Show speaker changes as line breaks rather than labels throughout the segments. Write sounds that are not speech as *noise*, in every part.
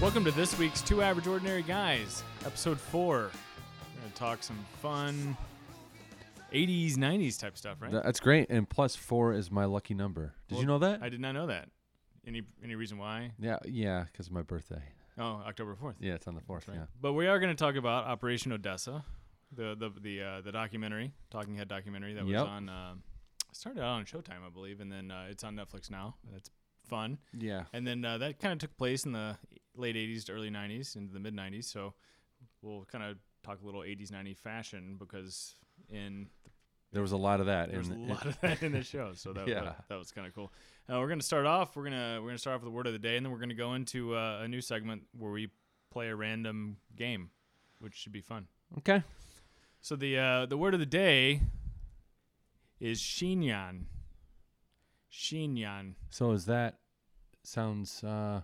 Welcome to this week's Two Average Ordinary Guys, episode four. We're gonna talk some fun 80s, 90s type stuff, right?
Th- That's great. And plus four is my lucky number. Did you know that?
I did not know that. Any any reason why?
yeah, yeah, because of my birthday.
Oh, October 4th.
Yeah, it's on the fourth.
Right. But we are going to talk about Operation Odessa, the the the uh, the documentary, Talking Head documentary that was
Yep.
on uh, started out on Showtime, I believe, and then uh, it's on Netflix now. That's fun.
Yeah.
And then uh, that kind of took place in the late 80s to early 90s into the mid 90s. So we'll kind of talk a little 80s 90s fashion because in
There was a lot of that.
there's a
in-
lot
*laughs*
of that in the show. So that
Yeah.
that, that was kind of cool. Uh, we're gonna start off. We're gonna we're gonna start off with the word of the day, and then we're gonna go into uh, a new segment where we play a random game, which should be fun.
okay.
So the uh, the word of the day is shinyan. Shinyan.
So is that sounds uh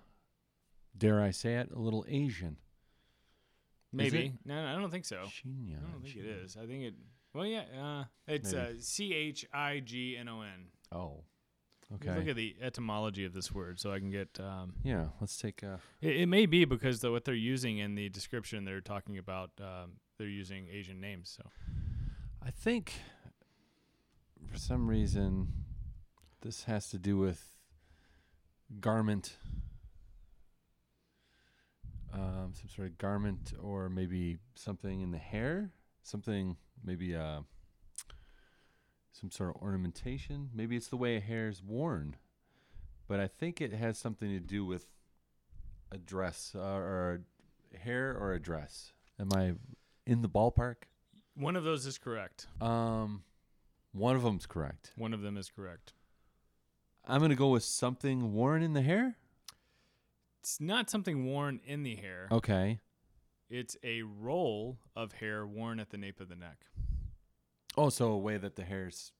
dare I say it, a little Asian.
Maybe no, no, I don't think so.
Shinya.
Oh. I don't think it is. I think it. Well, yeah, uh, it's
Maybe.
uh, C H I G N O N.
Oh.
Let me Look
Okay.
at the etymology of this word, so I can get. Um,
Yeah, let's take uh
It, it may be because the, what they're using in the description, they're talking about um, they're using Asian names. So
I think for some reason this has to do with garment, um, some sort of garment, or maybe something in the hair, something maybe uh, some sort of ornamentation. Maybe it's the way a hair is worn, but I think it has something to do with a dress uh, or a hair or a dress. Am I in the ballpark?
one of those is correct.
Um, one of them's correct.
One of them is correct.
I'm gonna go with something worn in the hair.
It's not something worn in the hair.
Okay.
It's a roll of hair worn at the nape of the neck.
Oh, so a way that the hair's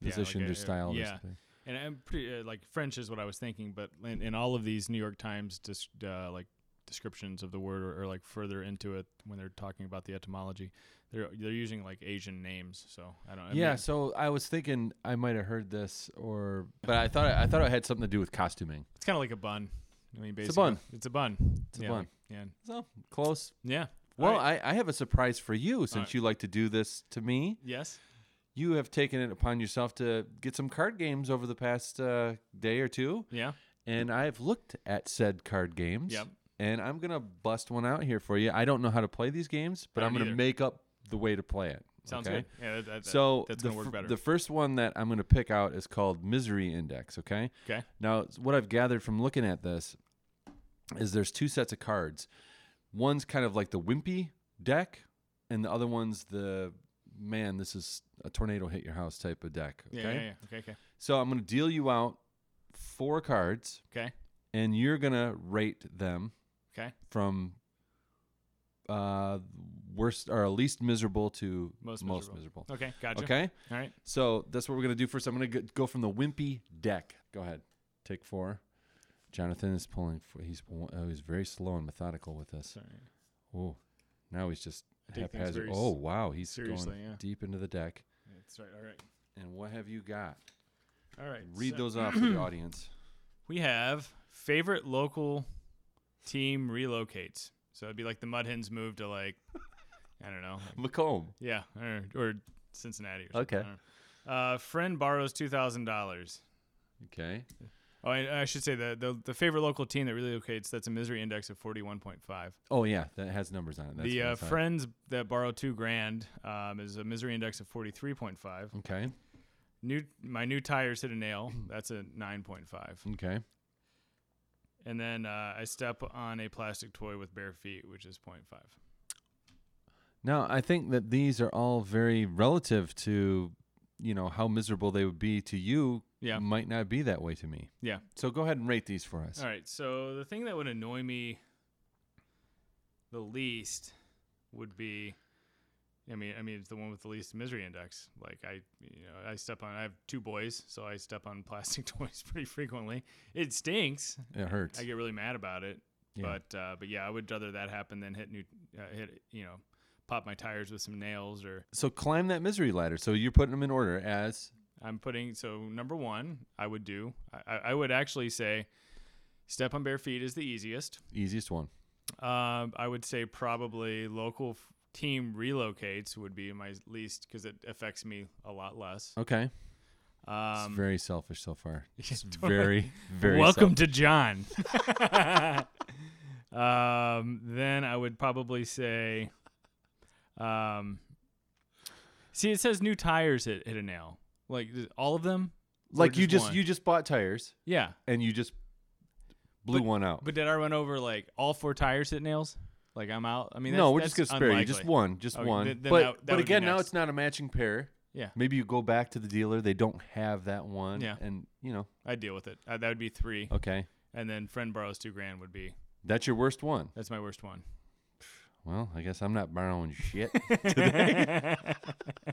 Yeah, like
positioned
a-
or styled or
yeah.
something.
And I'm pretty uh, like French is what I was thinking, but in, in all of these New York Times dis- uh, like descriptions of the word or, or like further into it when they're talking about the etymology, they're they're using like Asian names. So I don't. I
yeah.
mean-
So I was thinking I might have heard this, or but I thought I thought it had something to do with costuming.
It's kind of like a bun. I mean, basically,
It's a bun.
It's a bun.
It's a
yeah,
bun.
Yeah.
So close.
Yeah.
Well,
Alright.
I, I have a surprise for you since
Alright.
you like to do this to me.
yes.
You have taken it upon yourself to get some card games over the past uh, day or two.
Yeah.
and I've looked at said card games.
Yep.
And I'm gonna bust one out here for you. I don't know how to play these games, but
I
I'm
don't
gonna
either.
make up the way to play it.
Sounds
okay?
good. Yeah. That, that,
so
that's
the,
gonna work
fir-
better.
the first one that I'm gonna pick out is called Misery Index. Okay.
okay.
Now, it's- what I've gathered from looking at this is there's two sets of cards. One's kind of like the wimpy deck, and the other one's the man. This is a tornado hit your house type of deck.
Yeah,
Okay.
yeah. Yeah. Okay. Okay.
So I'm gonna deal you out four cards
Okay.
and you're gonna rate them
Okay.
from uh worst or least miserable to
Most miserable.
miserable.
Okay. Gotcha.
Okay,
All right.
so that's what we're gonna do first. I'm gonna g- go from the wimpy deck. Go ahead, take four. Jonathan is pulling. For, he's oh, he's very slow and methodical with this.
Sorry.
Oh, now he's just
I take things
haphazard.
very s-
Oh wow, he's
seriously,
going
yeah.
deep into the deck.
That's right. All right.
And what have you got?
All right.
Read
so *clears throat*
those off for the audience.
We have favorite local team relocates. So it'd be like the Mud Hens move to like, I don't know. like-
Macomb.
yeah. Or, or Cincinnati or something.
Okay.
I don't know. Uh, friend borrows two thousand dollars.
Okay.
Oh, and I should say the, the the favorite local team that relocates that's a misery index of forty one point five.
Oh yeah, that has numbers on it. That's
the
what I
uh,
thought.
friends that borrow two grand um, is a misery index of 43.5
Okay.
new my new tires hit a nail that's a 9.5
Okay.
and then uh, i step on a plastic toy with bare feet which is 0.5
Now, I think that these are all very relative to, you know, how miserable they would be to you.
Yeah.
Might not be that way to me.
yeah
So go ahead and rate these for us.
all right so the thing that would annoy me the least would be I mean, I mean, it's the one with the least misery index. Like I, you know, I step on. I have two boys, so I step on *laughs* plastic toys pretty frequently. It stinks.
It hurts.
I get really mad about it.
Yeah.
But uh, but yeah, I would rather that happen than hit new uh, hit you know pop my tires with some nails or
so climb that misery ladder. So you're putting them in order as
I'm putting so number one I would do I, I- I would actually say Step on bare feet is the easiest.
Easiest one.
Um, I would say probably local f- team relocates would be my least because it affects me a lot less.
Okay. It's
Um,
very selfish so
*laughs*
far. It's
totally.
very, very.
Welcome to
selfish.
John. *laughs* um, then I would probably say, um, see, it says new tires hit, hit a nail. Like th- all of them. Or
like you just
one?
you just bought tires
yeah.
and you just blew
But-
one out.
But did I run over like all four tires hit nails? Like I'm out. I mean, that's,
no, we're just gonna
that's
spare you. Just
unlikely.
one, just
Okay,
one.
then- then
but
that- that would
but
be
again, now
nice.
it's not a matching pair.
Yeah.
Maybe you go back to the dealer. They don't have that one.
Yeah.
And you know,
I deal with it. Uh, that would be three,
okay,
and then friend borrows two grand would be.
that's your worst one.
That's my worst one.
Well, I guess I'm not borrowing
*laughs*
shit today.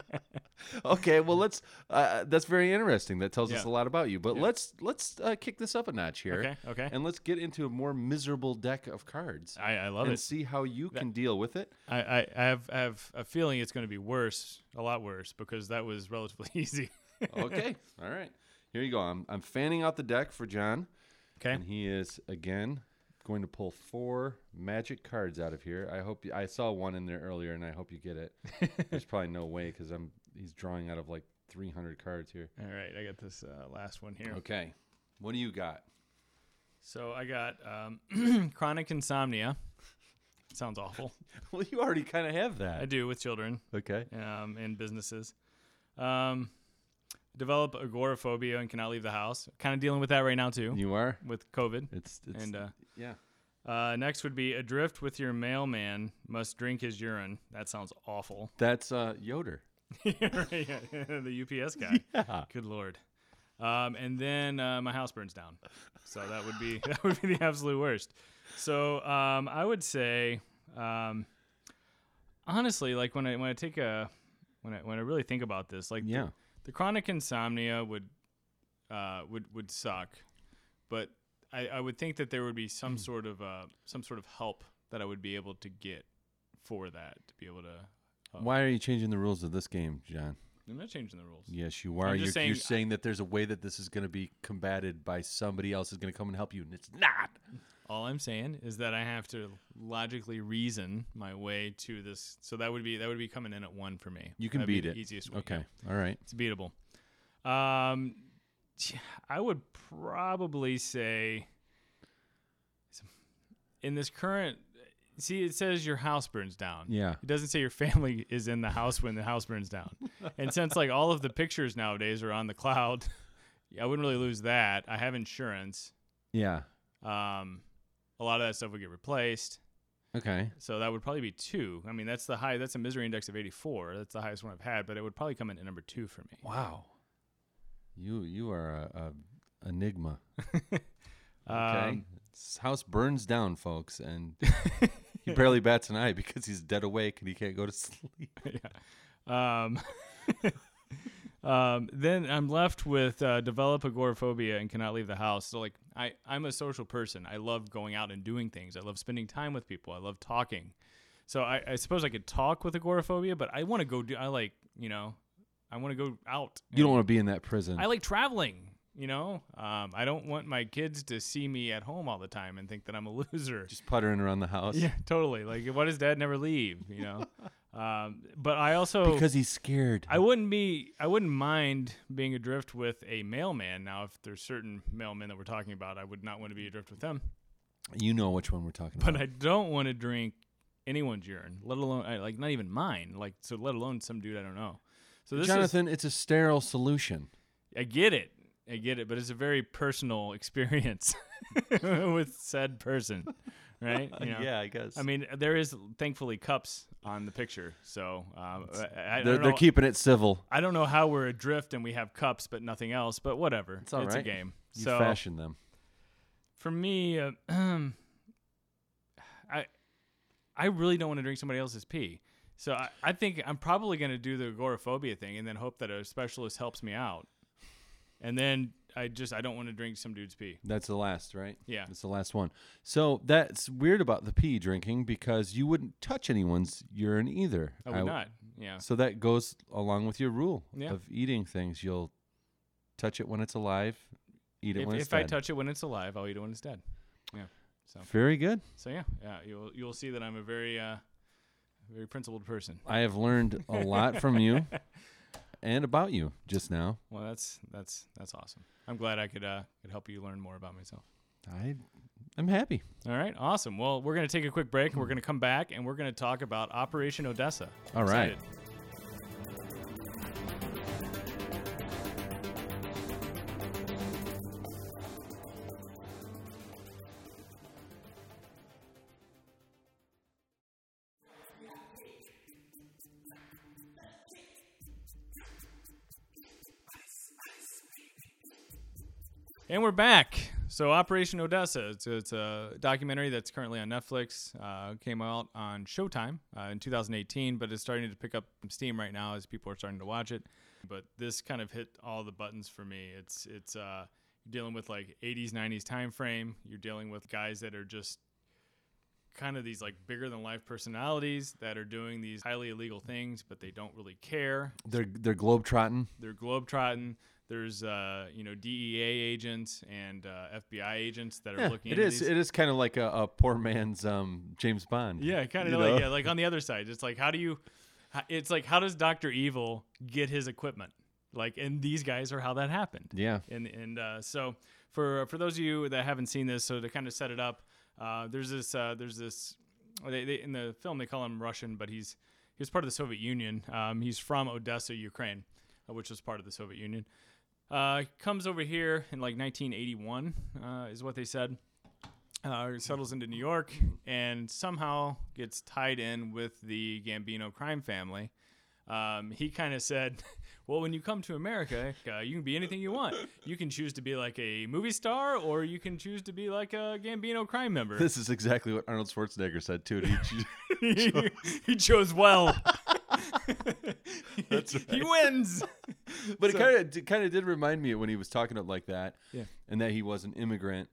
*laughs* okay, well let's. Uh, that's very interesting. That tells us a
Yeah.
lot about you. But
Yeah.
let's let's uh, kick this up a notch here,
Okay. Okay.
and let's get into a more miserable deck of cards
I, I love
and
it.
see how you can deal
*laughs*
with it.
I, I, I have I have a feeling it's going to be worse, a lot worse, because that was relatively *laughs* easy.
Okay, all right. Here you go. I'm I'm fanning out the deck for John.
Okay.
And he is again going to pull four magic cards out of here. I hope you, I saw one in there earlier, and I hope you *laughs* get it. There's probably no way because I'm he's drawing out of like 300 cards here.
All right. I got this uh, last one here.
Okay, what do you got?
So I got um, *clears throat* chronic insomnia. Sounds awful.
*laughs* Well, you already kind of have
I
that.
do with children
Okay.
um, and businesses. Um, develop agoraphobia and cannot leave the house. Kind of dealing with that right now too,
You are.
with COVID.
It's it's
And uh,
yeah.
uh, next would be adrift with your mailman must drink his urine. That sounds awful.
That's uh Yoder.
Right, yeah, *laughs* the UPS guy.
Yeah.
Good lord. Um, and then uh, my house burns down, so that would be *laughs* that would be the absolute worst. So um, I would say, um, honestly, like when I when I take a when I when I really think about this, like the-
Yeah.
the, chronic insomnia would uh, would would suck, but I, I would think that there would be
Hmm.
some sort of uh, some sort of help that I would be able to get for that to be able to.
Why are you changing the rules of this game, John?
I'm not changing the rules.
Yes, you are.
just
You're
saying-
you're saying that there's a way that this is going to be combated by somebody else is going to come and help you, and it's not.
All I'm saying is that I have to logically reason my way to this. So that would be that would be coming in at one for me.
You can
That'd be
beat
the
it.
Easiest. Way.
Okay. All right.
it's beatable. Um, t- I would probably say in this current. See, it says your house burns down.
Yeah.
It doesn't say your family is in the house when the house burns down. and since like all of the pictures nowadays are on the cloud, *laughs* I wouldn't really lose that. I have insurance.
Yeah.
Um, a lot of that stuff would get replaced.
Okay.
So that would probably be two. I mean, that's the high. That's a misery index of 84. That's the highest one I've had, but it would probably come in at number two for me.
Wow. You you are a,
*laughs*
a enigma. Okay.
Um,
His house burns down, folks, and
*laughs*
he barely bats an eye because he's dead awake and he can't go to *laughs* sleep.
Um, *laughs* um, then I'm left with uh, develop agoraphobia and cannot leave the house. So like I, I'm a social person. I love going out and doing things. I love spending time with people. I love talking. So I, I suppose I could talk with agoraphobia, but I want to go do. I like you know, I want to go out.
You don't want to be in that prison.
I like traveling. You know, um, I don't want my kids to see me at home all the time and think that I'm a *laughs* loser.
Just puttering around the house
yeah, totally. Like, why does dad never leave? You
*laughs*
know, um, but I also
because he's scared.
I wouldn't be. I wouldn't mind being adrift with a mailman. Now, if there's certain mailmen that we're talking about, I would not want to be adrift with them.
you know which one we're talking
But
about.
I don't want to drink anyone's urine, let alone I- like not even mine. Like so, let alone some dude I don't know. So this
Jonathan, it's a sterile solution.
is. I get it. I get it. But it's a very personal *laughs* experience with said person,
*laughs*
right? You know?
I guess.
I mean, there is thankfully cups on the picture, so um, I, I, I
they're,
don't
they're
know-
keeping it civil.
I don't know how we're adrift and we have cups but nothing else, but whatever. It's,
all
a
right.
game.
You
so
fashion them.
for me, uh, *clears throat* I I really don't want to drink somebody else's pee. So I, I think I'm probably going to do the agoraphobia thing and then hope that a specialist helps me out. And then I just I don't want to drink some dude's pee.
That's the last, right?
Yeah.
That's the last one. So that's weird about the pee drinking because you wouldn't touch anyone's urine either.
I would
w-
not. Yeah.
So that goes along with your rule
Yeah.
of eating things. You'll touch it when it's alive, eat it
If,
when it's
if I
dead.
touch it when it's alive, I'll eat it when it's dead. So
Very good.
so yeah, yeah. You'll you'll see that I'm a very uh, very principled person.
I have learned a lot from you
*laughs*
and about you just now.
Well, that's that's that's awesome. I'm glad I could uh, could help you learn more about myself.
I I'm happy.
All right, awesome. Well, we're gonna take a quick break and we're gonna come back and we're gonna talk about Operation Odessa.
Hmm. All right.
Excited. And we're back. So Operation Odessa, it's, it's a documentary that's currently on Netflix. Uh, came out on Showtime uh, in 2018, but it's starting to pick up some steam right now as people are starting to watch it. But this kind of hit all the buttons for me. It's it's uh, dealing with like 80s, 90s time frame. You're dealing with guys that are just kind of these like bigger than life personalities that are doing these highly illegal things, but they don't really care
They're they're globetrotting.
they're globetrotting. There's uh, you know DEA agents and uh, FBI agents that are looking.
it
into
is
These.
it is kind of like a, a poor man's um, James Bond.
yeah, kind
you
of like
know?
yeah, like on the other side. It's like how do you? h- It's like how does Doctor Evil get his equipment? Like, and these guys are how that happened.
Yeah.
And and uh, so for for those of you that haven't seen this, so to kind of set it up, uh, there's this uh, there's this they, they, in the film they call him Russian, but he's he was part of the Soviet Union. Um, he's from Odessa, Ukraine, uh, which was part of the Soviet Union. Uh, comes over here in like 1981 uh, is what they said. Uh, settles into New York and somehow gets tied in with the Gambino crime family um, he kind of said, *laughs* "Well, when you come to America, uh, you can be anything you want. You can choose to be like a movie star, or you can choose to be like a Gambino crime member."
This is exactly what Arnold Schwarzenegger said too. to each-
he, *laughs* he chose well. *laughs*
That's
He
right.
wins.
but
So-
it kind of kind of did remind me when he was talking up like that,
Yeah.
and that he was an immigrant,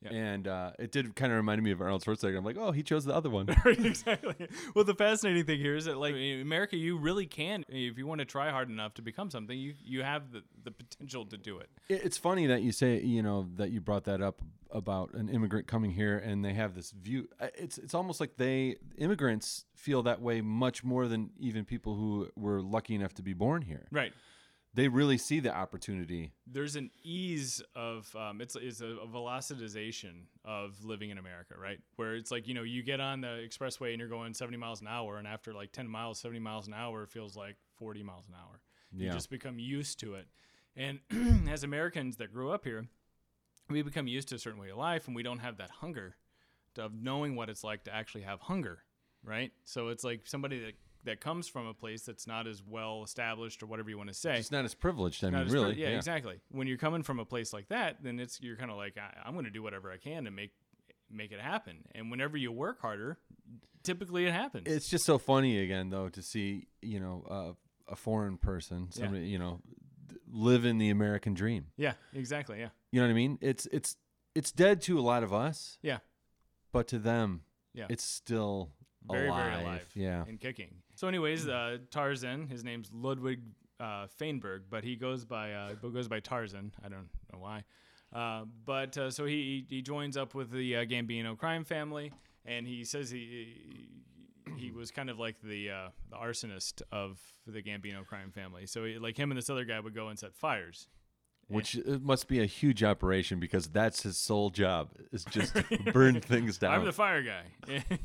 Yeah.
and uh, it did kind of remind me of Arnold Schwarzenegger. I'm like, oh, he chose the
*laughs*
other one.
*laughs* Right, exactly. Well, the fascinating thing here is that, like, in America, you really can, if you want to try hard enough to become something, you you have the, the potential to do it.
It- It's funny that you say you know that you brought that up about an immigrant coming here and they have this view. I- It's it's almost like they immigrants feel that way much more than even people who were lucky enough to be born here.
Right.
They really see the opportunity.
there's an ease of um, it's it's a, a velocitization of living in America, right? Where it's like you know you get on the expressway and you're going 70 miles an hour, and after like 10 miles, 70 miles an hour feels like 40 miles an hour. You
Yeah.
just become used to it, and *clears throat* as Americans that grew up here, we become used to a certain way of life, and we don't have that hunger of knowing what it's like to actually have hunger, right? So it's like somebody that that comes from a place that's not as well established or whatever you want to say.
It's not as privileged. I
Not
mean,
as per-
really.
yeah, exactly. When you're coming from a place like that, then it's you're kind of like I, I'm going to do whatever I can to make make it happen. And whenever you work harder, typically it happens.
It's just so funny again though to see you know uh, a foreign person,
Yeah.
somebody you know, th- live in the American dream.
yeah, exactly. Yeah,
You know what I mean? It's it's it's dead to a lot of us,
yeah,
but to them,
Yeah.
it's still
very
alive.
very alive.
Yeah.
and kicking. So, anyways, uh, Tarzan. His name's Ludwig uh, Feinberg, but he goes by uh, but goes by Tarzan. I don't know why. Uh, but uh, so he he joins up with the uh, Gambino crime family, and he says he he was kind of like the uh, the arsonist of the Gambino crime family. So he, like him and this other guy would go and set fires.
Which it must be a huge operation because that's his sole job is just
*laughs*
burn things down.
I'm the fire guy. *laughs*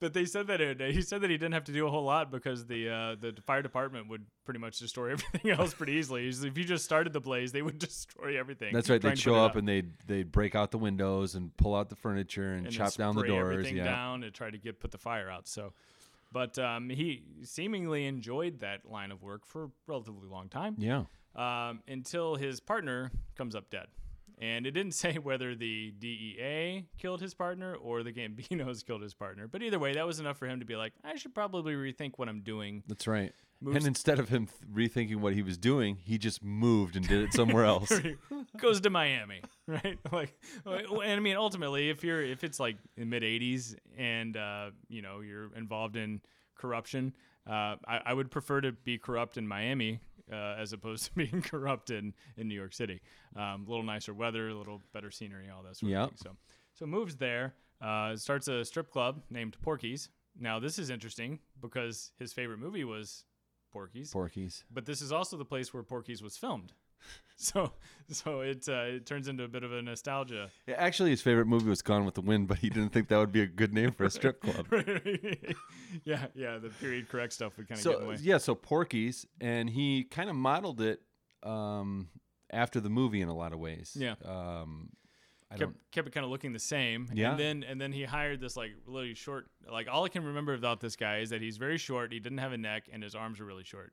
but they said that it, he said that he didn't have to do a whole lot because the uh, the fire department would pretty much destroy *laughs* everything else pretty easily. He's- If you just started the blaze, they would *laughs* destroy everything.
that's right.
trying
They'd
to put
show
it
up and they'd they'd break out the windows and pull out the furniture and,
and then
chop down the
spray
doors.
everything
Yeah.
down and try to get put the fire out. So, but um, he seemingly enjoyed that line of work for a relatively long time.
Yeah.
um, until his partner comes up dead. And it didn't *laughs* say whether the DEA killed his partner or the Gambinos *laughs* killed his partner. But either way, that was enough for him to be like, I should probably rethink what I'm doing.
That's right.
Moves-
And instead of him th- rethinking what he was doing, he just moved and did it
*laughs*
somewhere else.
Goes to Miami, right? *laughs* Like, and I mean, ultimately, if you're if it's like in mid '80s and uh, you know you're involved in corruption, uh, I, I would prefer to be corrupt in Miami uh, as opposed *laughs* to being corrupt in, in New York City. Um, A little nicer weather, a little better scenery, all that sort
Yep.
of thing. So, so moves there, uh, starts a strip club named Porky's. Now this is interesting because his favorite movie was Porky's,
Porkies.
but this is also the place where Porky's was filmed. *laughs* So, so it uh, it turns into a bit of a nostalgia. *laughs*
Yeah, actually, his favorite movie was Gone with the Wind, but he didn't think that would be a good name for
*laughs*
a strip club.
yeah, yeah, the period correct stuff would kind of get in the
So uh,
way.
yeah, so Porky's, and he kind of modeled it um, after the movie in a lot of ways.
Yeah.
Um, I
kept
don't.
kept it kind of looking the same.
Yeah.
And then and then he hired this like really short. Like all I can remember about this guy is that he's very short. He didn't have a neck, and his arms were really short.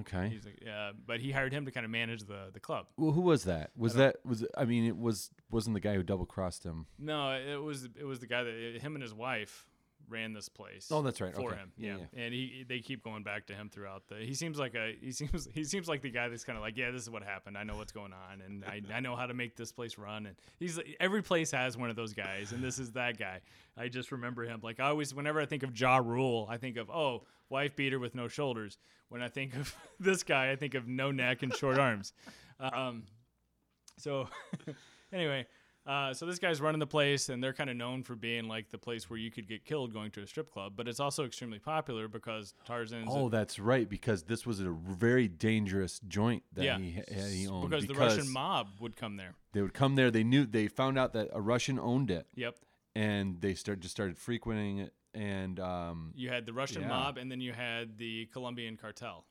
Okay.
He's like, uh, but he hired him to kind of manage the the club.
Well, who was that? Was that was? I mean, it was wasn't the guy who double crossed him?
No, it was it was the guy that him and his wife ran this place.
Oh, that's right.
For
Okay.
him,
Yeah,
yeah. And he they keep going back to him throughout the. He seems like a he seems he seems like the guy that's kind of like yeah this is what happened. I know what's going on and I, I know how to make this place run. And he's like- every place has one of those guys and this is that guy. I just remember him like I always whenever I think of Ja Rule I think of oh wife beater with no shoulders. When I think of *laughs* this guy I think of no neck and short arms. Um, so *laughs* anyway, uh, so this guy's running the place, and they're kind of known for being like the place where you could get killed going to a strip club. But it's also extremely popular because Tarzan's.
Oh, that's right. Because this was a very dangerous joint that
yeah,
he, ha- he owned.
because the Russian mob would come there.
they would come there. They knew. They found out that a Russian owned it,
Yep,
and they start just started frequenting it. And um,
you had the Russian
Yeah.
mob, and then you had the Colombian cartel.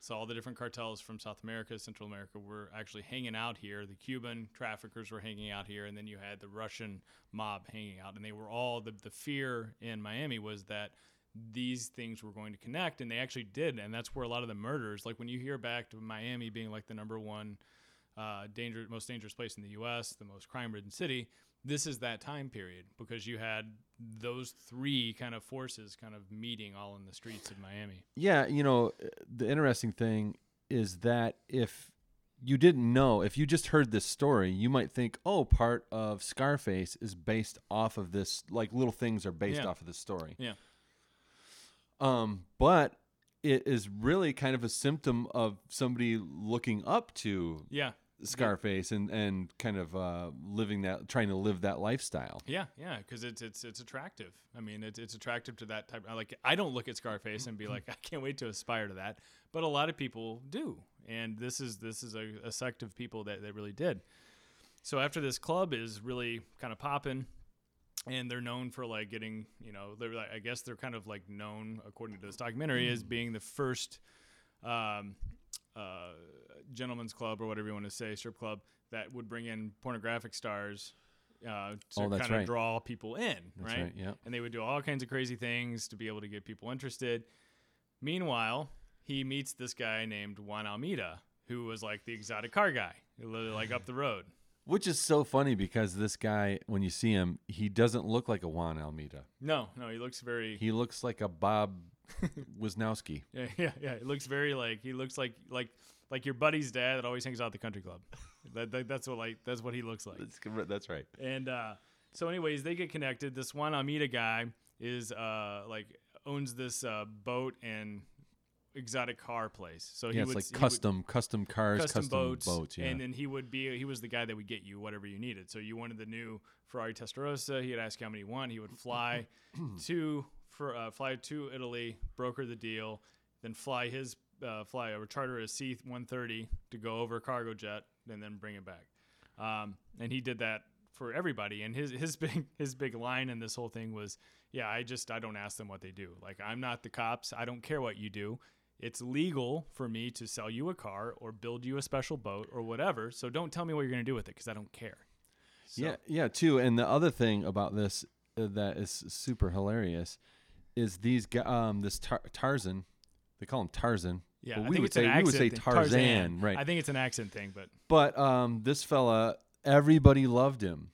So all the different cartels from South America, Central America were actually hanging out here. The Cuban traffickers were hanging out here, and then you had the Russian mob hanging out, and they were all the the fear in Miami was that these things were going to connect, and they actually did, and that's where a lot of the murders, like when you hear back to Miami being like the number one uh, danger, most dangerous place in the U.S., the most crime-ridden city. This is that time period because you had those three kind of forces kind of meeting all in the streets of Miami.
yeah, you know, uh, the interesting thing is that if you didn't know, if you just heard this story, you might think, oh, part of Scarface is based off of this. Like little things are based
Yeah.
off of this story.
Yeah.
Um, but it is really kind of a symptom of somebody looking up to
Yeah,
Scarface and and kind of uh, living that, trying to live that lifestyle.
Yeah, yeah, because it's it's it's attractive. I mean, it's it's attractive to that type. I Like, I don't look at Scarface and be like, *laughs* I can't wait to aspire to that. But a lot of people do, and this is this is a, a sect of people that that really did. So after this club is really kind of popping, and they're known for like getting, you know, they're like, I guess they're kind of like known according to this documentary as being the first um, uh, gentleman's club or whatever you want to say, strip club that would bring in pornographic stars uh, to
Oh, that's
kind of
right.
draw people in,
That's
right?
right, yeah.
And they would do all kinds of crazy things to be able to get people interested. Meanwhile, he meets this guy named Juan Almeida, who was like the exotic car guy, who lived, like up the
*sighs*
road.
Which is so funny because this guy, when you see him, he doesn't look like a Juan Almeida.
No, no, he looks very
He looks like a Bob Wisnowski.
*laughs* Yeah, yeah, yeah. It looks very like he looks like like like your buddy's dad that always hangs out at the country
*laughs*
club. that, that that's what like that's what he looks like.
That's right.
And uh, so, anyways, they get connected. This Juan Almeida guy is uh, like owns this uh, boat and exotic car place. So he
Yeah, it's
would
like
he would-
custom, custom cars, custom,
custom, boats,
yeah.
and then he would be he was the guy that would get you whatever you needed. So you wanted the new Ferrari Testarossa. He'd ask how many you want. He would
*clears throat*
fly to for uh, fly to Italy, broker the deal, then fly his uh, fly or charter a C one thirty to go over cargo jet, and then bring it back. Um, and he did that for everybody. And his his *laughs* big his big line in this whole thing was, yeah, I just I don't ask them what they do. Like I'm not the cops. I don't care what you do. It's legal for me to sell you a car or build you a special boat or whatever. So don't tell me what you're going to do with it because I don't care. So,
Yeah, yeah, too. And the other thing about this uh, that is super hilarious is these gu- um this tar- Tarzan, they call him Tarzan.
yeah.
but
I
we
think
would
it's
say
an
we would
accent
say
thing.
Tarzan, right?
I think it's an accent thing, but
But um, this fella, everybody loved him.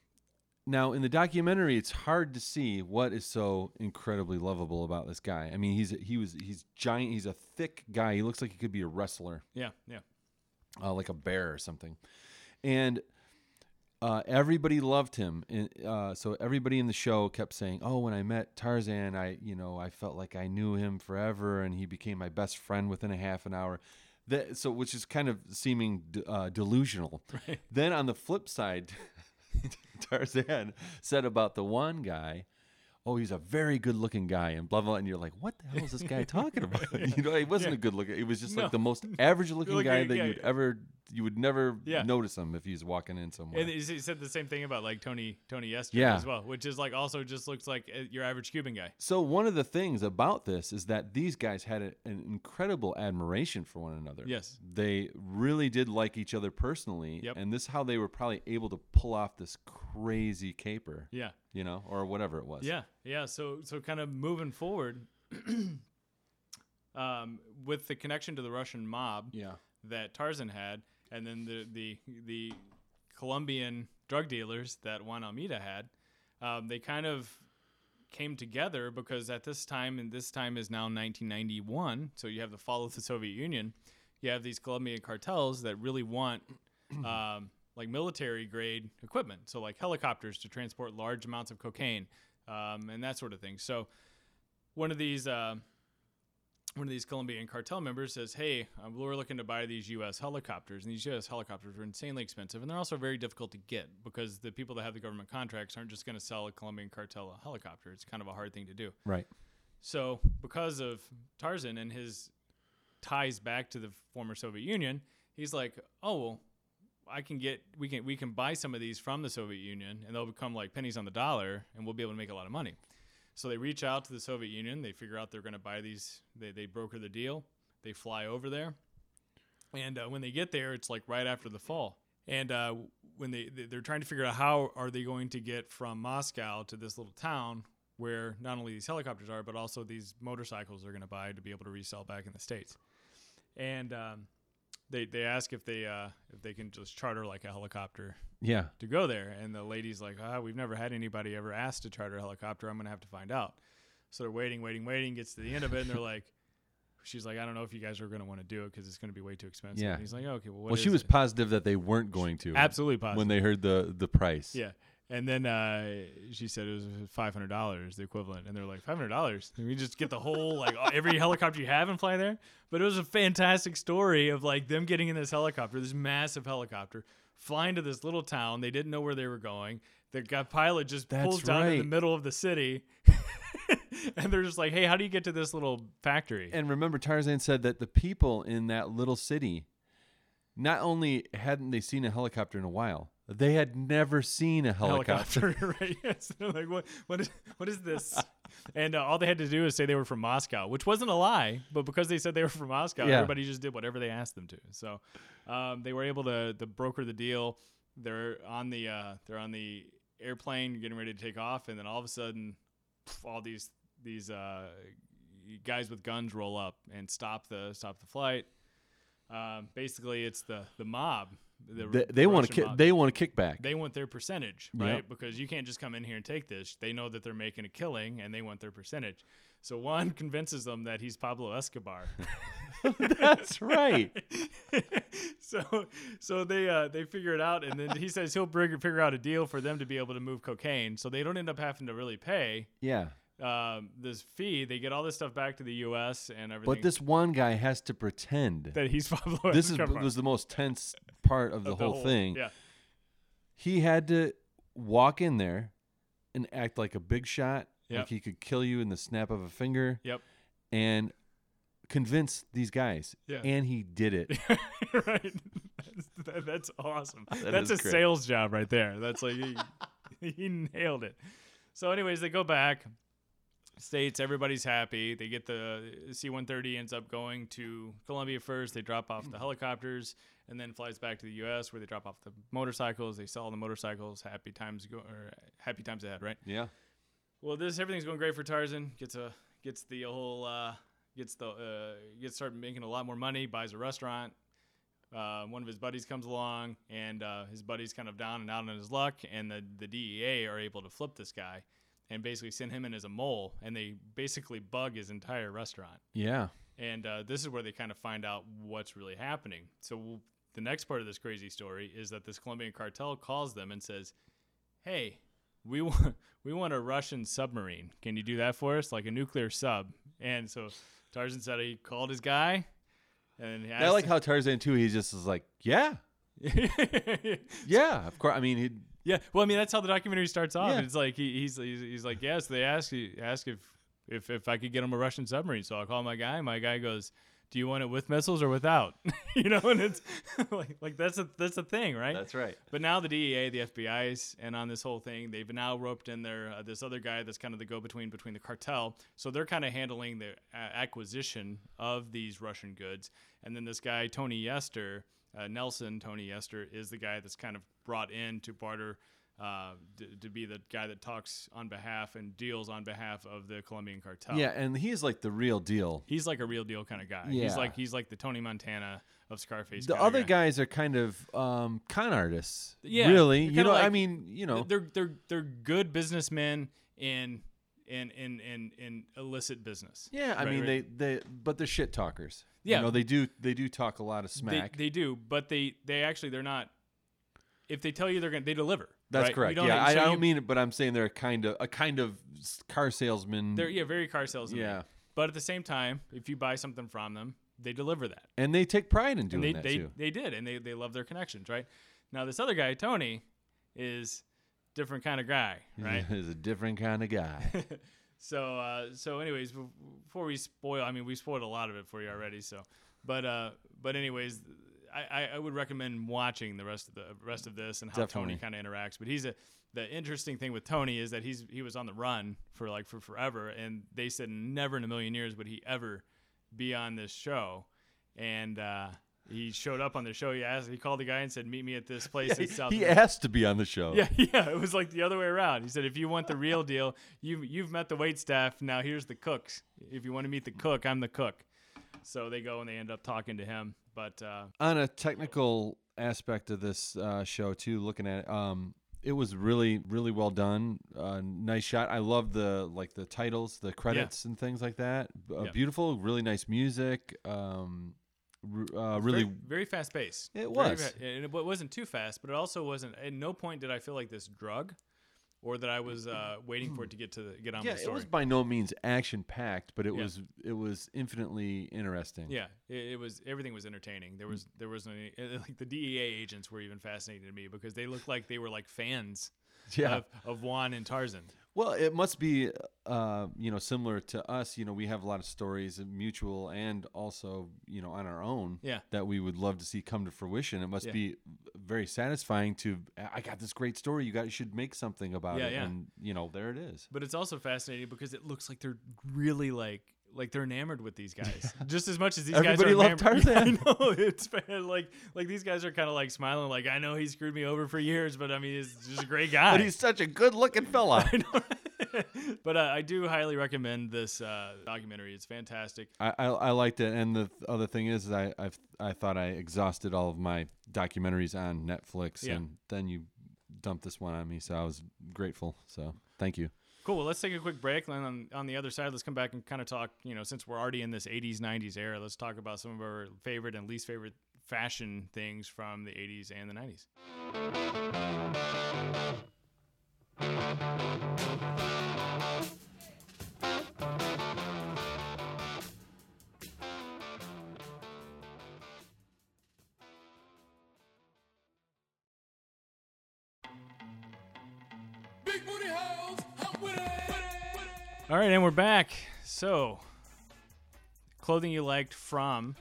Now, in the documentary, it's hard to see what is so incredibly lovable about this guy. I mean, he's he was he's giant. He's a thick guy. He looks like he could be a wrestler,
yeah, yeah,
uh, like a bear or something. And uh, everybody loved him. And, uh, so everybody in the show kept saying, "Oh, when I met Tarzan, I you know I felt like I knew him forever, and he became my best friend within a half an hour." That so, which is kind of seeming d- uh, delusional.
*laughs* Right.
Then on the flip side, *laughs* Tarzan said about the one guy, "Oh, he's a very good-looking guy," and blah blah. And you're like, "What the hell is this
*laughs*
guy talking about?" You know, he wasn't
Yeah.
a good-looking. It was just
No.
like the most average-looking
Looking-
guy that
yeah,
you'd
yeah.
ever, you would never
Yeah.
notice him if he's walking in somewhere.
And he s- he said the same thing about like Tony Tony Yester
Yeah.
as well, which is like also just looks like uh, your average Cuban guy.
So one of the things about this is that these guys had a, an incredible admiration for one another.
Yes.
They really did like each other personally,
Yep.
and this is how they were probably able to pull off this crazy caper,
Yeah.
you know, or whatever it was.
Yeah, yeah. So so kind of moving forward, *clears throat* um, with the connection to the Russian mob
Yeah.
that Tarzan had, and then the the the Colombian drug dealers that Juan Almeida had, um, they kind of came together because at this time, and this time is now 1991. So you have the fall of the Soviet Union. You have these Colombian cartels that really want. Um, like military grade equipment, so like helicopters to transport large amounts of cocaine, um, and that sort of thing. So one of these uh, one of these Colombian cartel members says, "Hey, um, we're looking to buy these U.S. helicopters, and these U.S. helicopters are insanely expensive, and they're also very difficult to get because the people that have the government contracts aren't just going to sell a Colombian cartel a helicopter. It's kind of a hard thing to do.
Right.
So, because of Tarzan and his ties back to the former Soviet Union, he's like, "Oh well, I can get we can we can buy some of these from the Soviet Union, and they'll become like pennies on the dollar, and we'll be able to make a lot of money." So they reach out to the Soviet Union. They figure out they're going to buy these. They they broker the deal. They fly over there, and uh, when they get there, it's like right after the fall. And uh, when they they- they're trying to figure out how are they going to get from Moscow to this little town where not only these helicopters are, but also these motorcycles they're going to buy to be able to resell back in the states. And um, they they ask if they uh, if they can just charter like a helicopter
Yeah.
to go there. And the lady's like, ah, we've never had anybody ever asked to charter a helicopter. I'm going to have to find out. So they're waiting, waiting, waiting, gets to the end of it.
*laughs*
And they're like, she's like, I don't know if you guys are going to want to do it because it's going to be way too expensive.
Yeah.
And he's like, okay, well, what
well, she
is
was
it?"
positive that they weren't going to
absolutely positive.
when they heard the the price.
Yeah. And then uh, she said it was five hundred dollars, the equivalent. And they're like, five hundred dollars? We just get the whole like *laughs* every helicopter you have and fly there. But it was a fantastic story of like them getting in this helicopter, this massive helicopter, flying to this little town. They didn't know where they were going. The guy pilot just
That's
pulls down in the
right.
middle of the city, *laughs* and they're just like, hey, how do you get to this little factory?
And remember, Tarzan said that the people in that little city, not only hadn't they seen a helicopter in a while, they had never seen a helicopter.
*laughs* right? Yes. They're like, what, what, is, what is this? and uh, all they had to do is say they were from Moscow, which wasn't a lie, but because they said they were from Moscow,
Yeah.
everybody just did whatever they asked them to. So um, they were able to, to broker the deal. They're on the uh, they're on the airplane getting ready to take off, and then all of a sudden, pff, all these these uh, guys with guns roll up and stop the stop the flight. Um, basically, it's the the mob. The
They, they want to
Russian
ki-
mob
they want to kick *laughs* back.
they want their percentage,
Yeah.
right? Because you can't just come in here and take this. They know that they're making a killing and they want their percentage. So Juan *laughs* convinces them that he's Pablo Escobar. *laughs*
That's right.
so so they uh, they figure it out and then he says he'll bring, figure out a deal for them to be able to move cocaine. So they don't end up having to really pay
Yeah.
um, this fee. They get all this stuff back to the US and everything.
But this one guy has to pretend.
that he's *laughs* Pablo
This is
Escobar.
was the most tense part of the,
The
whole, thing.
Yeah.
He had to walk in there and act like a big shot,
Yep.
like he could kill you in the snap of a finger,
Yep.
and convince these guys.
Yeah.
And he
*laughs*
did it.
right. That's, that, that's awesome. that's a
is great.
sales job right there. That's like he, *laughs* he nailed it. So, anyways, they go back states. Everybody's happy. They get the C-130 ends up going to Colombia first. They drop
Mm.
off the helicopters and then flies back to the U.S. where they drop off the motorcycles. They sell the motorcycles. Happy times go or happy times ahead, right?
yeah.
Well, this everything's going great for Tarzan. Gets a gets the whole uh, gets the uh, gets started making a lot more money. Buys a restaurant. Uh, one of his buddies comes along, and uh, his buddy's kind of down and out on his luck. And the the DEA are able to flip this guy, and basically send him in as a mole. And they basically bug his entire restaurant.
Yeah.
And uh, this is where they kind of find out what's really happening. So w- the next part of this crazy story is that this Colombian cartel calls them and says, "Hey, we want we want a Russian submarine. Can you do that for us, like a nuclear sub?" And so Tarzan said he called his guy, And then
I like how Tarzan too. He just is like, yeah,
how. *laughs*
yeah. Of course. I mean, he
yeah. Well, I mean, that's how the documentary starts off.
Yeah.
It's like he, he's, he's he's like, yes, they ask you ask if if if I could get him a Russian submarine. So I call my guy. My guy goes, "Do you want it with missiles or without?" *laughs* you know, and it's *laughs* like like that's a that's a thing, right?
right.
But now the DEA, the FBI's, and on this whole thing, they've now roped in there uh, this other guy that's kind of the go-between between the cartel. So they're kind of handling the uh, acquisition of these Russian goods, and then this guy Tony Yester, uh, Nelson Tony Yester, is the guy that's kind of brought in to barter. Uh, d- to be the guy that talks on behalf and deals on behalf of the Colombian cartel.
Yeah, and he is like the real deal.
he's like a real deal kind of guy.
Yeah.
He's like he's like the Tony Montana of Scarface.
The
kinda
other
guy.
guys are kind of um, con artists.
Yeah,
Really.
they're
You
kinda
know. I
like-
mean. You know.
they're they're they're good businessmen in in in in, in illicit business.
Yeah. I
Right,
mean,
right.
they they but they're shit talkers.
Yeah.
You know, they do they do talk a lot of smack.
They, they do, but they they actually they're not. If they tell you they're gonna, they deliver.
That's
right? You
correct.
don't-
Yeah, I,
so
I
you-
don't mean it, but I'm saying they're a kind of a kind of s- car salesman.
they're yeah very car salesman.
Yeah.
but at the same time, if you buy something from them, they deliver that.
and they take pride in
and
doing
they,
that
they,
too.
they did and they, they love their connections right now this other guy tony is different kind of guy right
*laughs* He's a different kind
*laughs*
of guy.
So, uh, so anyways, bef- before we spoil, I mean, we spoiled a lot of it for you already. So, but, uh, but anyways, I, I, I would recommend watching the rest of the rest of this and how
Definitely.
Tony kind of interacts. But he's a the interesting thing with Tony is that he's he was on the run for like for forever, and they said never in a million years would he ever be on this show, and. uh he showed up on the show. He asked. He called the guy and said, "Meet me at
*laughs*
this place in South."
he
America."
asked to be on the show.
*laughs* Yeah, yeah. It was like the other way around. He said, "If you want the real deal, you've you've met the wait staff. Now here's the cooks. If you want to meet the cook, I'm the cook." So they go and they end up talking to him. But uh,
on a technical aspect of this uh, show too looking at it um it was really really well done uh, nice shot i love the like the titles the credits and things like that B- uh,
Yeah.
beautiful really nice music um r- uh, really
very, very fast pace.
It
Very
was.
fa- and it wa- wasn't too fast, but it also wasn't. At no point did I feel like this drug, or that I was uh, waiting for it to get to the, get on
yeah
the
it
story.
was by no means action packed but it
Yeah.
was it was infinitely interesting
Yeah, it, it was everything was entertaining. There was there was any, *laughs* like the DEA agents were even fascinating to me because they looked like they were like fans
yeah
of, of Juan and Tarzan.
Well, it must be, uh, you know, similar to us. You know, we have a lot of stories, of mutual and also, you know, on our own.
Yeah.
That we would love to see come to fruition. It must
Yeah.
be very satisfying to. I got this great story. You guys should make something about
Yeah,
it.
yeah.
And you know, there it is.
But it's also fascinating because it looks like they're really like like they're enamored with these guys just as much as these
Everybody
guys
loved
are enamored- *laughs*
Tarzan.
Yeah, I know it's bad. like like these guys are kind of like smiling like I know he screwed me over for years but I mean he's just a great guy. *laughs*
But he's such a good-looking fella.
I know. *laughs* but uh, I do highly recommend this uh, documentary. It's fantastic.
I, I, I liked it, and the th- other thing is, I I've, I thought I exhausted all of my documentaries on Netflix,
Yeah.
and then you dumped this one on me, so I was grateful. So thank you.
Cool. Well, let's take a quick break. And on, on the other side, let's come back and kind of talk, you know, since we're already in this 80s, 90s era, let's talk about some of our favorite and least favorite fashion things from the 80s and the 90s.
Big booty hoes, I'm with it.
All right, and we're back. So, clothing you liked from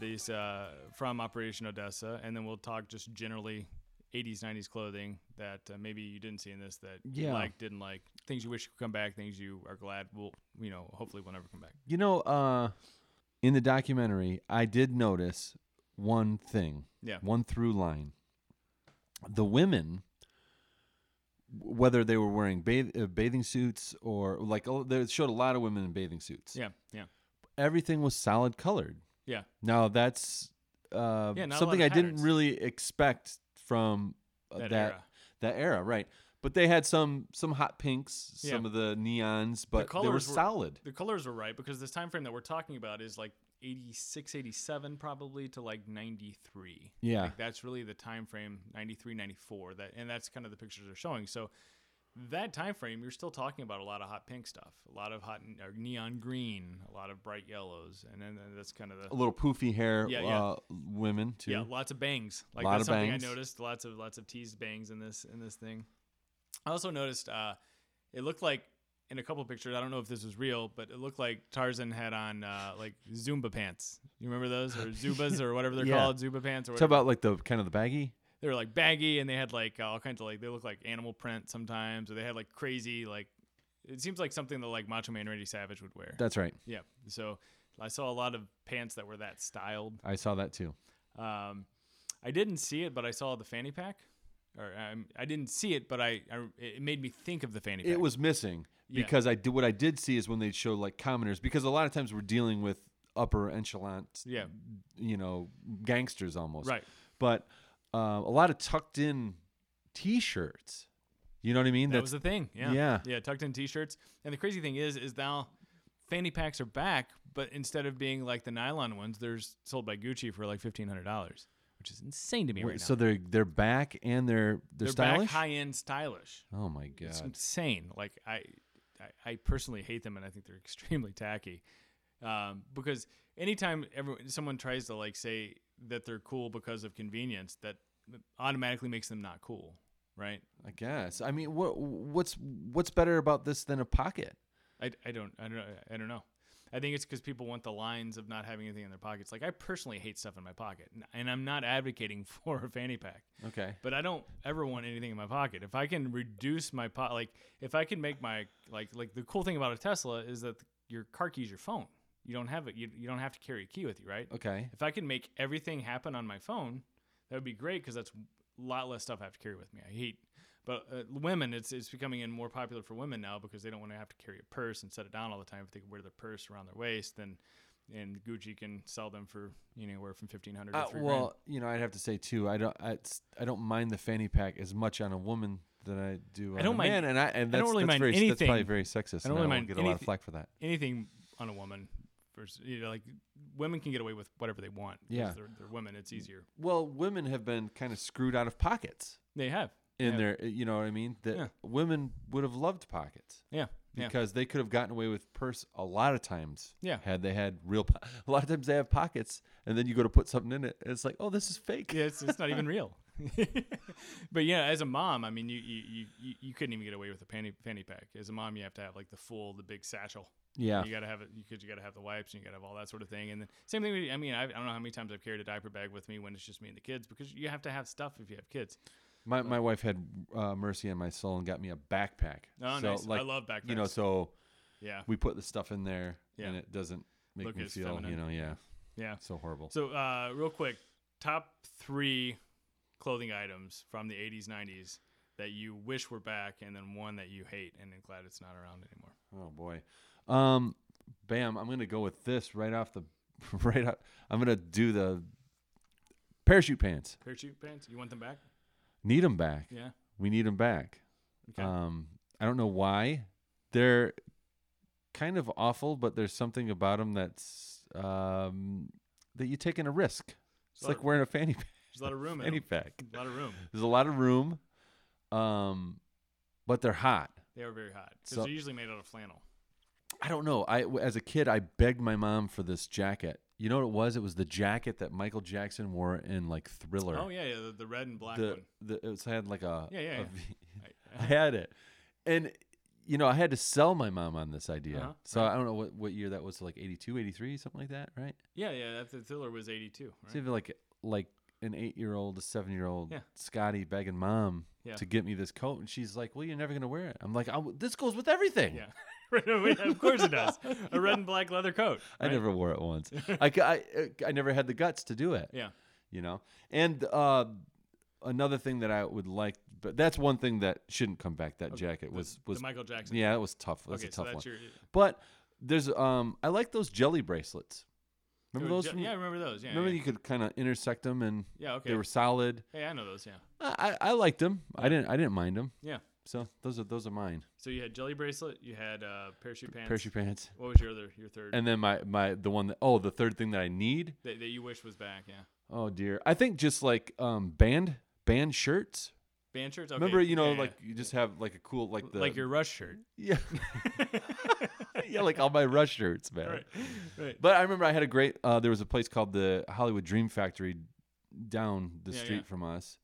these uh, from Operation Odessa, and then we'll talk just generally 80s, 90s clothing that uh, maybe you didn't see in this that you
Yeah.
liked, didn't like, things you wish could come back, things you are glad will, you know, hopefully will never come back.
You know, uh, in the documentary, I did notice one thing.
Yeah.
One through line. The women, whether they were wearing bath- uh, bathing suits or like, oh, they showed a lot of women in bathing suits.
Yeah, yeah,
Everything was solid colored.
yeah.
Now that's uh,
Yeah, not a lot
something
of
I didn't
patterns.
really expect from uh, that
That
that era.
era.
right? But they had some some hot pinks,
Yeah.
some of the neons, but they were,
colors were-
solid.
The colors were right because this time frame that we're talking about is like 86, 87 probably to like 93.
Yeah.
Like that's really the time frame 93, 94 that and that's kind of the pictures they're showing. So that time frame, you're still talking about a lot of hot pink stuff, a lot of hot n- or neon green, a lot of bright yellows, and then then that's kind of
A
the
little poofy hair
Yeah, yeah.
Uh, women too.
yeah, lots of bangs. Like
Lot
that's
of
something
bangs.
I noticed. Lots of lots of teased bangs in this in this thing. I also noticed uh, it looked like in a couple pictures. I don't know if this was real, but it looked like Tarzan had on uh, like Zumba pants. You remember those
*laughs*
or Zubas or whatever they're
Yeah.
called, Zuba pants or
Talk
whatever.
about like the kind of the baggy.
they were like baggy and they had like all kinds of like they look like animal print sometimes or they had like crazy like it seems like something that like Macho Man Randy Savage would wear.
That's right.
yeah. So I saw a lot of pants that were that styled.
I saw that too.
Um, I didn't see it, but I saw the fanny pack. Or um, I didn't see it, but I, I it made me think of the fanny pack.
It was missing
Yeah.
because I did what I did see is when they show like commoners because a lot of times we're dealing with upper echelon,
yeah,
you know, gangsters almost.
right.
But uh, a lot of tucked in T-shirts. You know what I mean?
That was the thing. Yeah.
Yeah.
Yeah. Tucked in t-shirts. And the crazy thing is, is now fanny packs are back, but instead of being like the nylon ones, they're s- sold by Gucci for like fifteen hundred dollars, which is insane to me
Wait,
right
so
now.
they're they're back and they're they're,
they're back
stylish.
high end stylish.
oh my
It's
god!
insane. Like I, I, I personally hate them, and I think they're *laughs* extremely tacky. Um, because anytime everyone, someone tries to like say that they're cool because of convenience, that automatically makes them not cool, right?
I guess. I mean, what what's what's better about this than a pocket?
I, I don't I don't know- I don't know. I think it's because people want the lines of not having anything in their pockets. Like I personally hate stuff in my pocket, and- and I'm not advocating *laughs* for a fanny pack.
Okay.
But I don't ever want anything in my pocket. If I can reduce my pot, like if I can make my like like the cool thing about a Tesla is that your car key is your phone. You don't have it. You, you don't have to carry a key with you, right?
Okay.
If I can make everything happen on my phone, that would be great because that's a lot less stuff I have to carry with me. I hate, but uh, women, it's it's becoming in more popular for women now because they don't want to have to carry a purse and set it down all the time. If they can wear their purse around their waist, then and Gucci can sell them for you know, anywhere from fifteen hundred.
Uh,
to three grand.
well, you know, I'd have to say too. I don't. I, it's- I don't mind the fanny pack as much on a woman than I do. On
don't
a
mind-
Man, and I and
I
that's,
don't really
that's
mind
very, That's probably
anything.
very sexist.
I don't really
and I won't
mind
get a lot of
anything-
flack for that.
anything on a woman versus you know, like women can get away with whatever they want. 'cause
Yeah.
they're, they're women. It's easier.
Well, women have been kind of screwed out of pockets
They have
in
Yeah.
their. eh, You know what I mean? That
Yeah.
women would have loved pockets.
Yeah, yeah,
because they could have gotten away with purse a lot of times.
Yeah.
Had they had real, po- a lot of times they have pockets, and then you go to put something in it, and it's like, oh, this is fake.
yeah. It's, it's not even
*laughs*
real. but yeah, as a mom, I mean, you you, you- you you couldn't even get away with a panty fanny pack. As a mom, you have to have like the full, the big satchel.
Yeah.
You gotta have it because you gotta have the wipes and you gotta have all that sort of thing. And then same thing. With, I mean, I, I don't know how many times I've carried a diaper bag with me when it's just me and the kids because you have to have stuff if you have kids.
My my wife had uh, mercy on my soul and got me a backpack.
Oh, nice. I love
You know,
backpacks.
so
Yeah,
we put the stuff in there,
Yeah.
and it doesn't make
Look
me
as
feel, you
feminine.
know, yeah,
yeah.
so horrible.
So, uh, real quick, top three clothing items from the 80s, 90s that you wish were back, and then one that you hate and then glad it's not around anymore.
oh boy. Um, bam. I'm gonna go with this right off the *laughs* right. Out, I'm gonna do the parachute pants.
Parachute pants, you want them back?
Need them back.
Yeah.
We need them back.
Okay.
Um, I don't know why. They're kind of awful, but there's something about them that's um, that you taking a risk. It's
lot
like
of-
wearing a fanny *laughs* pack.
There's a lot of room in
Fanny
them.
pack.
A lot of room.
There's a lot of room, um, but they're hot.
They are very hot because
So-
they're usually made out of flannel.
I don't know. I as a kid, I begged my mom for this jacket. You know what it was? It was the jacket that Michael Jackson wore in like Thriller.
Oh, yeah, yeah the, the red and black
the,
one.
the it was, had like a
Yeah, yeah,
a
yeah. uh-huh.
V- *laughs*
I-
I had it, and you know I had to sell my mom on this idea.
Uh-huh,
so I don't know what, what year that was, like 82, 83, something like that, right?
Yeah, yeah, that's the thriller was 82.
It's
Right?
even like like an eight year old, a seven year old,
Yeah.
Scotty begging mom
Yeah.
to get me this coat, and she's like, "Well, you're never gonna wear it." I'm like, I w "This goes with everything."
Yeah. *laughs* Right, yeah, of course it does. A red and black leather coat.
I
right?
never wore
*laughs*
it once. I, c- I- uh, I never had the guts to do it.
Yeah.
you know. And uh, another thing that I would like, but that's one thing that shouldn't come back. That jacket
The-
was
the
was
Michael Jackson.
yeah, that was tough. That's
okay,
a tough
so that's
one.
your.
But there's um, I like those jelly bracelets. Remember those?
yeah,
from-
yeah, I remember those. Yeah,
remember
yeah.
you could kind of intersect them and
yeah okay.
they were solid.
Hey, I know those. Yeah,
I, I I liked them. I didn't I didn't mind them.
yeah.
So those are those are mine.
So you had jelly bracelet, you had uh, parachute pants.
Parachute pants.
What was your other, your third
And then my my the one that oh the third thing that I need
that, that you wish was back? Yeah.
oh dear I think just like um band band shirts
Band shirts. Okay,
Remember, you know,
yeah, yeah,
like you just have like a cool like the
yeah. like your rush shirt.
*laughs*
*laughs*
yeah yeah like all my rush shirts, man.
right, right.
But I remember I had a great. Uh, there was a place called the Hollywood Dream Factory down the
Yeah,
street
yeah.
from us,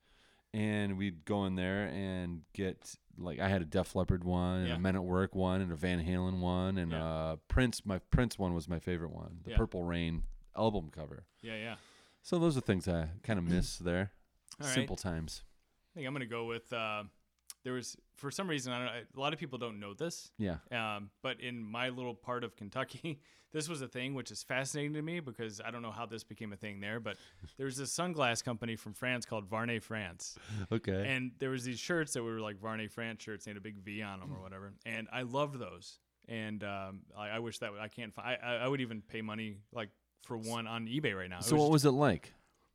and we'd go in there and get like I had a Def Leppard one, and
Yeah.
a Men at Work one, and a Van Halen one, and
Yeah.
uh, Prince. My Prince one was my favorite one, the
Yeah.
Purple Rain album cover.
Yeah, yeah.
So those are things I kind
*clears throat*
of miss there.
All right.
Simple times.
I think I'm gonna go with. Uh, there was for some reason I don't. I, a lot of people don't know this,
Yeah.
um, but in my little part of Kentucky, *laughs* this was a thing which is fascinating to me because I don't know how this became a thing there. But there was this sunglass company from France called Varney France,
Okay.
and there was these shirts that were like Varney France shirts. They had a big V on them
Mm-hmm.
or whatever, and I loved those. And um, I, I wish that would, I can't. Find, I, I would even pay money like for one on eBay right now. It
so what
just-
was it like?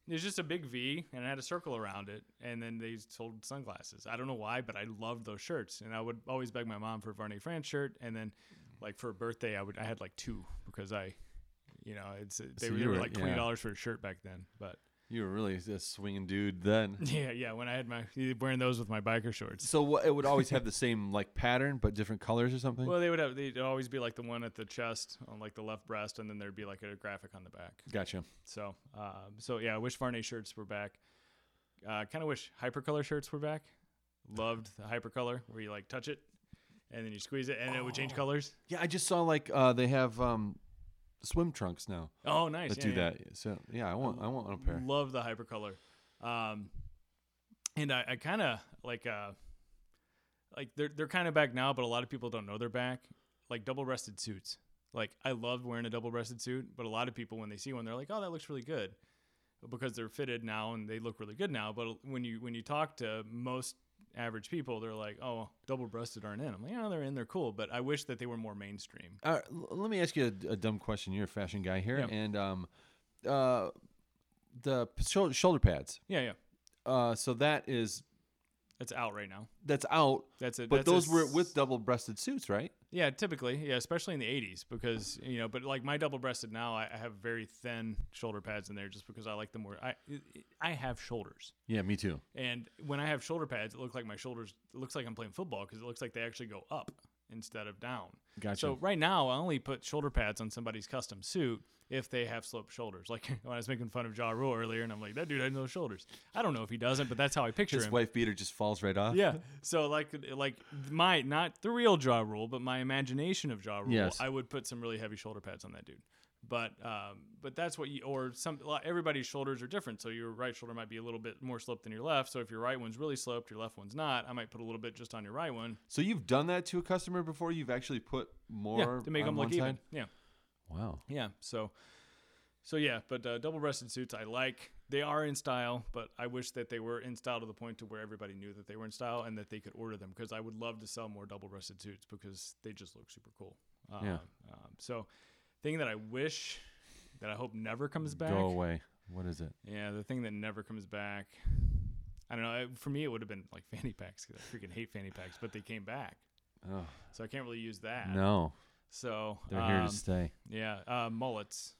it was just a big V and it had a circle around it, and then they sold sunglasses. I don't know why, but I loved those shirts, and I would always beg my mom for a Varney France shirt, and then like for a birthday, I would I had like two because I, you know, it's uh, they,
So
were, they
you
were
were-
like
yeah.
twenty dollars for a shirt back then, but *laughs*
You were really a swinging dude then.
yeah, yeah, when I had my wearing those with my biker shorts.
So what, it would always have the same like pattern, but different colors or something.
Well, they would have they'd always be like the one at the chest on like the left breast, and then there'd be like a graphic on the back.
gotcha.
So, um, so yeah, I wish Varney shirts were back. Uh, kind of wish Hypercolor shirts were back. Loved the Hypercolor where you like touch it and then you squeeze it and it would
Oh.
change colors.
Yeah, I just saw like uh, they have um, swim trunks now
Oh, nice.
that
yeah,
do
yeah.
that. So yeah, I want I want a pair.
Love the Hypercolor. Um, and I, I kind of like, uh, like they're they're kind of back now, but a lot of people don't know they're back. Like double breasted suits. Like I love wearing a double breasted suit, but a lot of people when they see one, they're like, "Oh, that looks really good," because they're fitted now and they look really good now. But when you when you talk to most average people, they're like, "Oh, double breasted aren't in." I'm like, "Oh, they're in. They're cool," but I wish that they were more mainstream.
Uh, l- let me ask you a, a dumb question. You're a fashion guy here,
Yeah.
and um, uh, the p- shou- shoulder pads.
Yeah, yeah,
Uh, so that is
that's out right now.
that's out,
That's it.
but those were with double-breasted suits, right?
Yeah, typically, yeah, especially in the '80s, because you know, but like my double-breasted now, I, I have very thin shoulder pads in there, just because I like them more. I I have shoulders,
Yeah, me too.
and when I have shoulder pads, it looks like my shoulders it looks like I'm playing football because it looks like they actually go up instead of down.
Gotcha.
So right now, I only put shoulder pads on somebody's custom suit if they have sloped shoulders. Like *laughs* when I was making fun of Ja Rule earlier, and I'm like, that dude has no shoulders. I don't know if he doesn't, but that's how I picture
His
him.
wife beater just falls right off.
Yeah. So like like my not the real jaw rule, but my imagination of jaw rule.
Yes.
I would put some really heavy shoulder pads on that dude. But um, but that's what you or some li- everybody's shoulders are different. So your right shoulder might be a little bit more sloped than your left. So if your right one's really sloped, your left one's not. I might put a little bit just on your right one.
So you've done that to a customer before? You've actually put more
yeah, to make
on
them look
one
even.
side?
Yeah.
Wow.
Yeah. So, so yeah, but uh, double-breasted suits I like. They are in style, but I wish that they were in style to the point to where everybody knew that they were in style and that they could order them because I would love to sell more double-breasted suits because they just look super cool. Um,
Yeah.
um, so, thing that I wish that I hope never comes back.
Go away. What is it?
Yeah, the thing that never comes back. I don't know. I- For me, it would have been like fanny packs because I freaking hate fanny packs, but they came back,
Oh,
so I can't really use that.
no,
So
they're here
um,
to stay.
yeah, uh, mullets.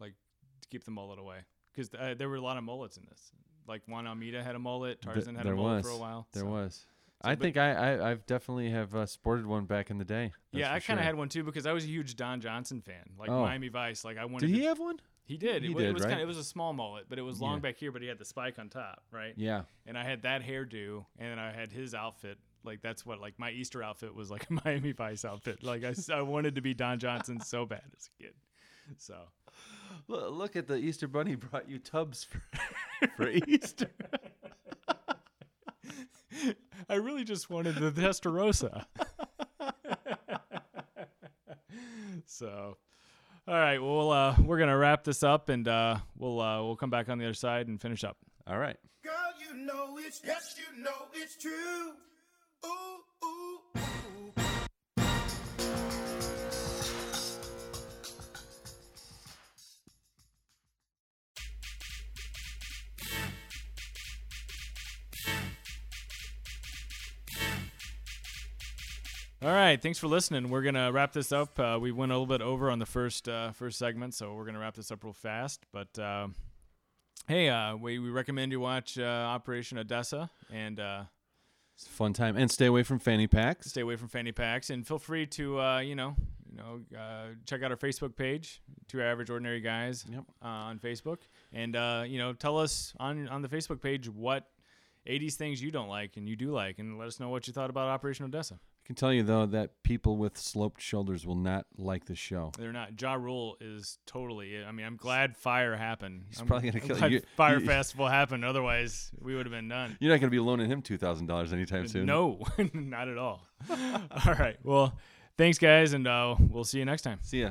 Like to keep the mullet away, because uh, there were a lot of mullets in this. Like Juan Almeida had a mullet.
Th-
Tarzan had
there
a mullet
was.
for a while.
There
so-
was. I
but-
think I, I I've definitely have uh, sported one back in the day. that's
Yeah,
for
I kind
sure.
of had one too because I was a huge Don Johnson fan. Like
Oh.
Miami Vice. Like I wanted.
Did he
to,
have one?
he did.
he
it, wa- it
did,
was
right?
kind of, It was a small mullet, but it was long
Yeah.
back here. But he had the spike on top, right?
Yeah.
And I had that hairdo, and then I had his outfit. Like that's what like my Easter outfit was like a *laughs* Miami Vice outfit. Like I, s- I wanted to be Don Johnson so bad as a kid. So
Look, at the Easter Bunny *laughs* brought you
*laughs*
tubs for, for Easter.
I really just wanted the Testarossa. so, all right, well, uh, we're gonna wrap this up, and uh, we'll uh, we'll come back on the other side and finish up.
All right.
Girl, you know it's yes, you know it's true. Ooh, ooh, ooh.
All right, thanks for listening. We're gonna wrap this up. Uh, we went a little bit over on the first uh, first segment, so we're gonna wrap this up real fast. But uh, Hey, uh, we we recommend you watch uh, Operation Odessa and uh,
It's a fun time. And stay away from fanny packs.
stay away from fanny packs. And feel free to uh, you know you know uh, check out our Facebook page, Two Average Ordinary Guys,
Yep.
uh, on Facebook, and uh, you know tell us on on the Facebook page what. 80s things you don't like and you do like, and let us know what you thought about Operation Odessa.
I can tell you, though, that people with sloped shoulders will not like this show.
They're not. Ja Rule is totally. it. I mean, I'm glad fire happened. He's I'm,
probably gonna
I'm
kill
glad
you.
Fire
*laughs* You-
festival happened. Otherwise, we would have been done.
You're not going to be loaning him $2,000 anytime soon.
No, *laughs*
*laughs*
not at all. all right. Well, thanks, guys, and uh, we'll see you next time.
See ya.